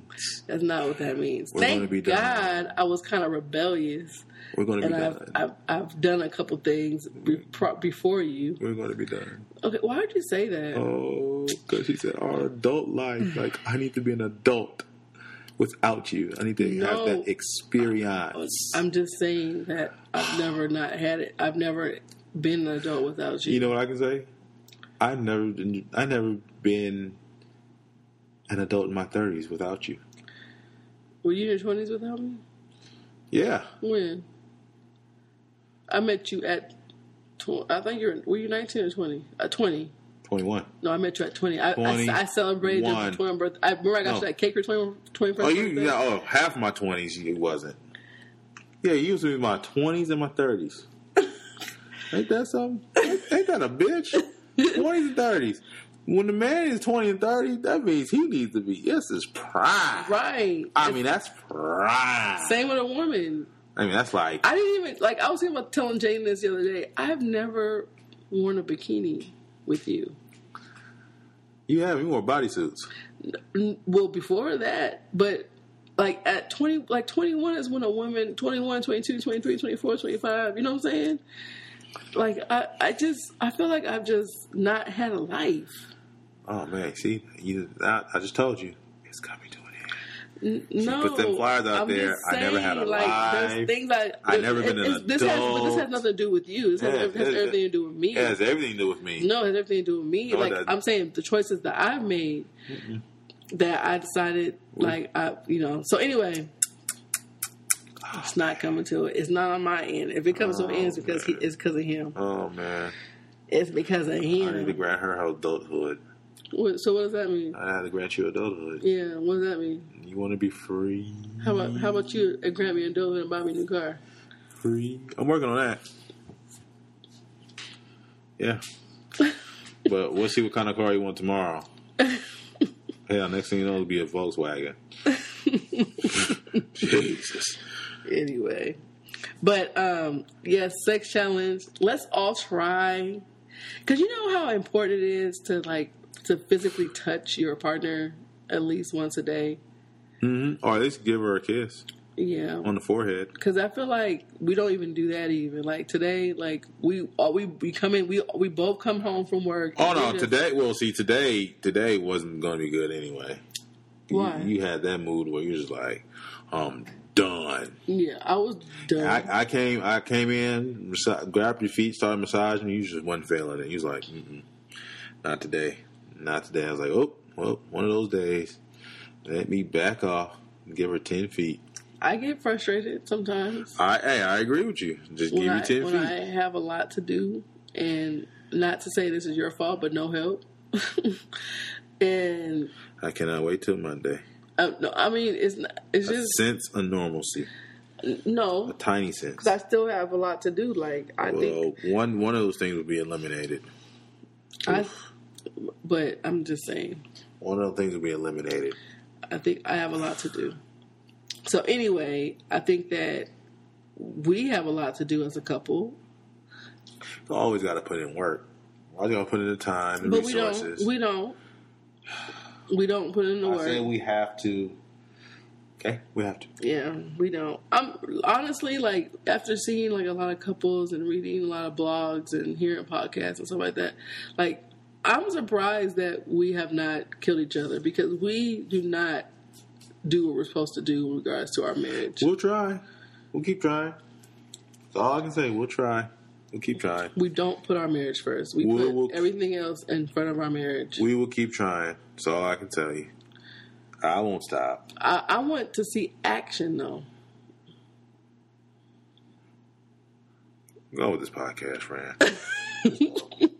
Speaker 2: That's not what that means.
Speaker 3: We're gonna
Speaker 2: Thank
Speaker 3: be done.
Speaker 2: God I was kind of rebellious,
Speaker 3: We're going to
Speaker 2: and I've, I've I've done a couple things be, pro- before you.
Speaker 3: We're going to be done.
Speaker 2: Okay, why would you say that?
Speaker 3: Oh, because she said our adult life. Like I need to be an adult without you. I need to
Speaker 2: No.
Speaker 3: have that experience.
Speaker 2: I'm just saying that I've never not had it. I've never been an adult without you.
Speaker 3: you know what I can say? I never, been- I never been an adult in my thirties without you.
Speaker 2: Were you in your twenties without me?
Speaker 3: Yeah,
Speaker 2: When? I met you at. Tw- I think you're. Were you 19 or 20? Uh, 20.
Speaker 3: twenty one.
Speaker 2: No, I met you at 20. I, I,
Speaker 3: 21.
Speaker 2: I celebrated your 21 birthday. I remember I got
Speaker 3: No.
Speaker 2: you that cake for 20, 21st
Speaker 3: Oh, you?
Speaker 2: birthday.
Speaker 3: Yeah, oh, half my twenties you wasn't. Yeah, you was in my twenties and my thirties. ain't that something? Ain't ain't that a bitch? Twenties and thirties. When the man is twenty and thirty, that means he needs to be. This is pride.
Speaker 2: Right.
Speaker 3: I mean, that's pride.
Speaker 2: Same with a woman.
Speaker 3: I mean, that's like
Speaker 2: I didn't even like. I was thinking about telling Jane this the other day. I've never worn a bikini with you.
Speaker 3: you have you wore bodysuits.
Speaker 2: well before that but like at 20 like 21 is when a woman 21 22 23 24 25 you know what i'm saying like i i just i feel like i've just not had a life
Speaker 3: Oh man, see, you. I, I just told you it's coming to an end.
Speaker 2: N- no,
Speaker 3: put them flyers out
Speaker 2: I'm
Speaker 3: there.
Speaker 2: just
Speaker 3: I never had a
Speaker 2: like, there's
Speaker 3: life.
Speaker 2: Things like
Speaker 3: I never been
Speaker 2: it's-
Speaker 3: an
Speaker 2: this has, but this
Speaker 3: adult.
Speaker 2: has nothing to do with you. This has,
Speaker 3: Yeah,
Speaker 2: it has
Speaker 3: it-
Speaker 2: everything to do with me.
Speaker 3: It has everything to do with me.
Speaker 2: No, it has everything to do with me.
Speaker 3: No, it
Speaker 2: like
Speaker 3: doesn't.
Speaker 2: I'm saying, the choices that I've made that I decided, like I, you know. So anyway, it's not coming to it. It's not on my end. If it comes to an end, it's because he, it's because of him.
Speaker 3: Oh man,
Speaker 2: It's because of
Speaker 3: I need to
Speaker 2: him.
Speaker 3: grant her adulthood.
Speaker 2: What, so what does that mean?
Speaker 3: I had to grant you adulthood.
Speaker 2: Yeah, what does that mean?
Speaker 3: You want to be free?
Speaker 2: How about how about you uh, grab me a dough and buy me a new car?
Speaker 3: Free. I'm working on that. Yeah. but we'll see what kind of car you want tomorrow. Hell, next thing you know, it'll be a Volkswagen. Jesus.
Speaker 2: anyway but um yes sex challenge let's all try because you know how important it is to like to physically touch your partner at least once a day
Speaker 3: hmm Or at least give her a kiss
Speaker 2: yeah
Speaker 3: on the forehead.
Speaker 2: because i feel like we don't even do that even like today like we all we, we come in we we both come home from work
Speaker 3: Oh
Speaker 2: and we
Speaker 3: no,
Speaker 2: just-
Speaker 3: today. Well, see, today, today wasn't going to be good anyway. You-
Speaker 2: Why?
Speaker 3: You, had that mood where you was just like, "I'm done."
Speaker 2: yeah i was done
Speaker 3: I, I came, I came in, massa- grabbed your feet, started massaging. You just wasn't feeling it. You was like, Mm-mm, "Not today, not today." I was like, "Oh, well, one of those days." Let me back off. and Give her ten feet.
Speaker 2: I get frustrated sometimes
Speaker 3: I hey, I agree with you. Just
Speaker 2: when,
Speaker 3: give
Speaker 2: I,
Speaker 3: you ten
Speaker 2: when
Speaker 3: feet.
Speaker 2: I have a lot to do, and not to say this is your fault, but no help. and
Speaker 3: I cannot wait till Monday.
Speaker 2: uh, no, I mean it's not, it's
Speaker 3: A
Speaker 2: just
Speaker 3: sense of normalcy, a
Speaker 2: no.
Speaker 3: tiny sense.
Speaker 2: 'cause I still have a lot to do. Like I
Speaker 3: Well,
Speaker 2: think
Speaker 3: one one of those things would be eliminated.
Speaker 2: I, but I'm just saying.
Speaker 3: One of those things would be eliminated.
Speaker 2: I think I have a lot to do. So anyway, I think that we have a lot to do as a couple,
Speaker 3: You always got to put in work. Why you gotta put in the time and
Speaker 2: but we don't.
Speaker 3: resources?
Speaker 2: We don't. We don't put in the work.
Speaker 3: I say we have to. Okay, we have to.
Speaker 2: Yeah, we don't. I'm honestly like after seeing like a lot of couples and reading a lot of blogs and hearing podcasts and stuff like that, like I'm surprised that we have not killed each other because we do not do what we're supposed to do in regards to our marriage.
Speaker 3: We'll try. We'll keep trying. That's all I can say. We'll try. We'll keep trying.
Speaker 2: We don't put our marriage first. We
Speaker 3: We'll-
Speaker 2: put
Speaker 3: we'll-
Speaker 2: everything else in front of our marriage.
Speaker 3: We will keep trying. That's all I can tell you. I won't stop.
Speaker 2: I, I want to see action though.
Speaker 3: Go with this podcast, friend.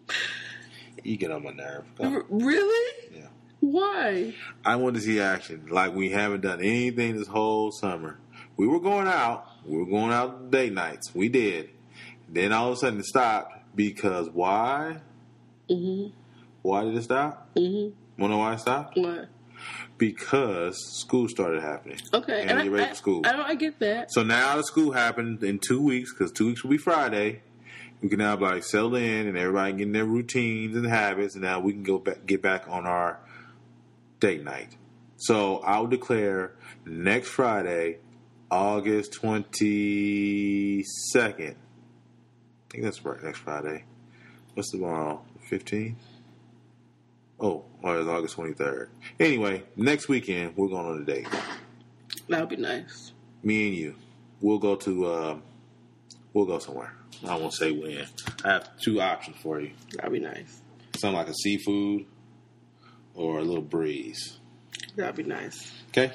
Speaker 3: you get on my nerve. Go.
Speaker 2: R- really?
Speaker 3: Yeah.
Speaker 2: Why?
Speaker 3: I wanted to see action. Like we haven't done anything this whole summer. We were going out. We were going out date nights. We did. Then all of a sudden it stopped because why?
Speaker 2: Mhm.
Speaker 3: Why did it stop?
Speaker 2: Mhm.
Speaker 3: Wanna know why it stopped?
Speaker 2: Why?
Speaker 3: Because school started happening.
Speaker 2: Okay.
Speaker 3: And, you get ready
Speaker 2: I,
Speaker 3: for school.
Speaker 2: I, I don't. I get that.
Speaker 3: so now the school happened in two weeks because two weeks will be Friday. We can now like settle in and everybody getting their routines and habits, and now we can go back get back on our date night. So I'll declare next Friday, August twenty second. I think that's right. Next Friday. What's tomorrow? Fifteenth. Oh, or it's August twenty third. Anyway, next weekend we're going on a date.
Speaker 2: That would be nice.
Speaker 3: Me and you. We'll go to. Uh, we'll go somewhere. I won't say when. I have two options for you.
Speaker 2: That'd be nice.
Speaker 3: Something like a seafood or a little breeze.
Speaker 2: That'd be nice.
Speaker 3: Okay.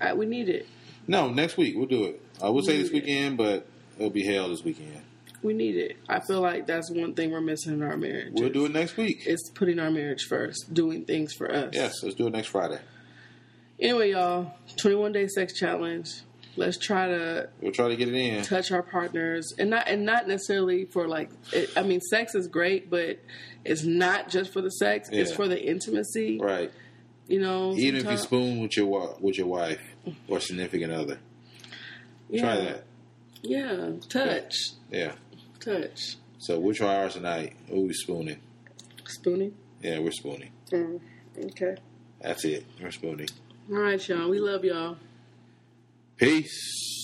Speaker 2: I, we need it.
Speaker 3: No, next week we'll do it. I would say this
Speaker 2: Yeah.
Speaker 3: weekend, but it'll be hell this weekend.
Speaker 2: We need it. I feel like that's one thing we're missing in our marriage.
Speaker 3: We'll do it next week.
Speaker 2: It's putting our marriage first, doing things for us.
Speaker 3: Yes, let's do it next Friday.
Speaker 2: Anyway, y'all, 21 day sex challenge. Let's try to
Speaker 3: We'll try to get it in.
Speaker 2: touch our partners and not and not necessarily for like it, I mean sex is great but it's not just for the sex it's
Speaker 3: Yeah.
Speaker 2: for the intimacy
Speaker 3: Right.
Speaker 2: you know
Speaker 3: Even if you
Speaker 2: sometimes-
Speaker 3: spoon with your wa- with your wife or significant other,
Speaker 2: yeah.
Speaker 3: try that.
Speaker 2: yeah touch
Speaker 3: Yeah.
Speaker 2: touch
Speaker 3: So we'll try ours tonight. Oh, we spooning.
Speaker 2: spooning
Speaker 3: Yeah, we're spooning.
Speaker 2: mm. okay
Speaker 3: That's it. We're spooning.
Speaker 2: all right y'all we love y'all
Speaker 3: Peace.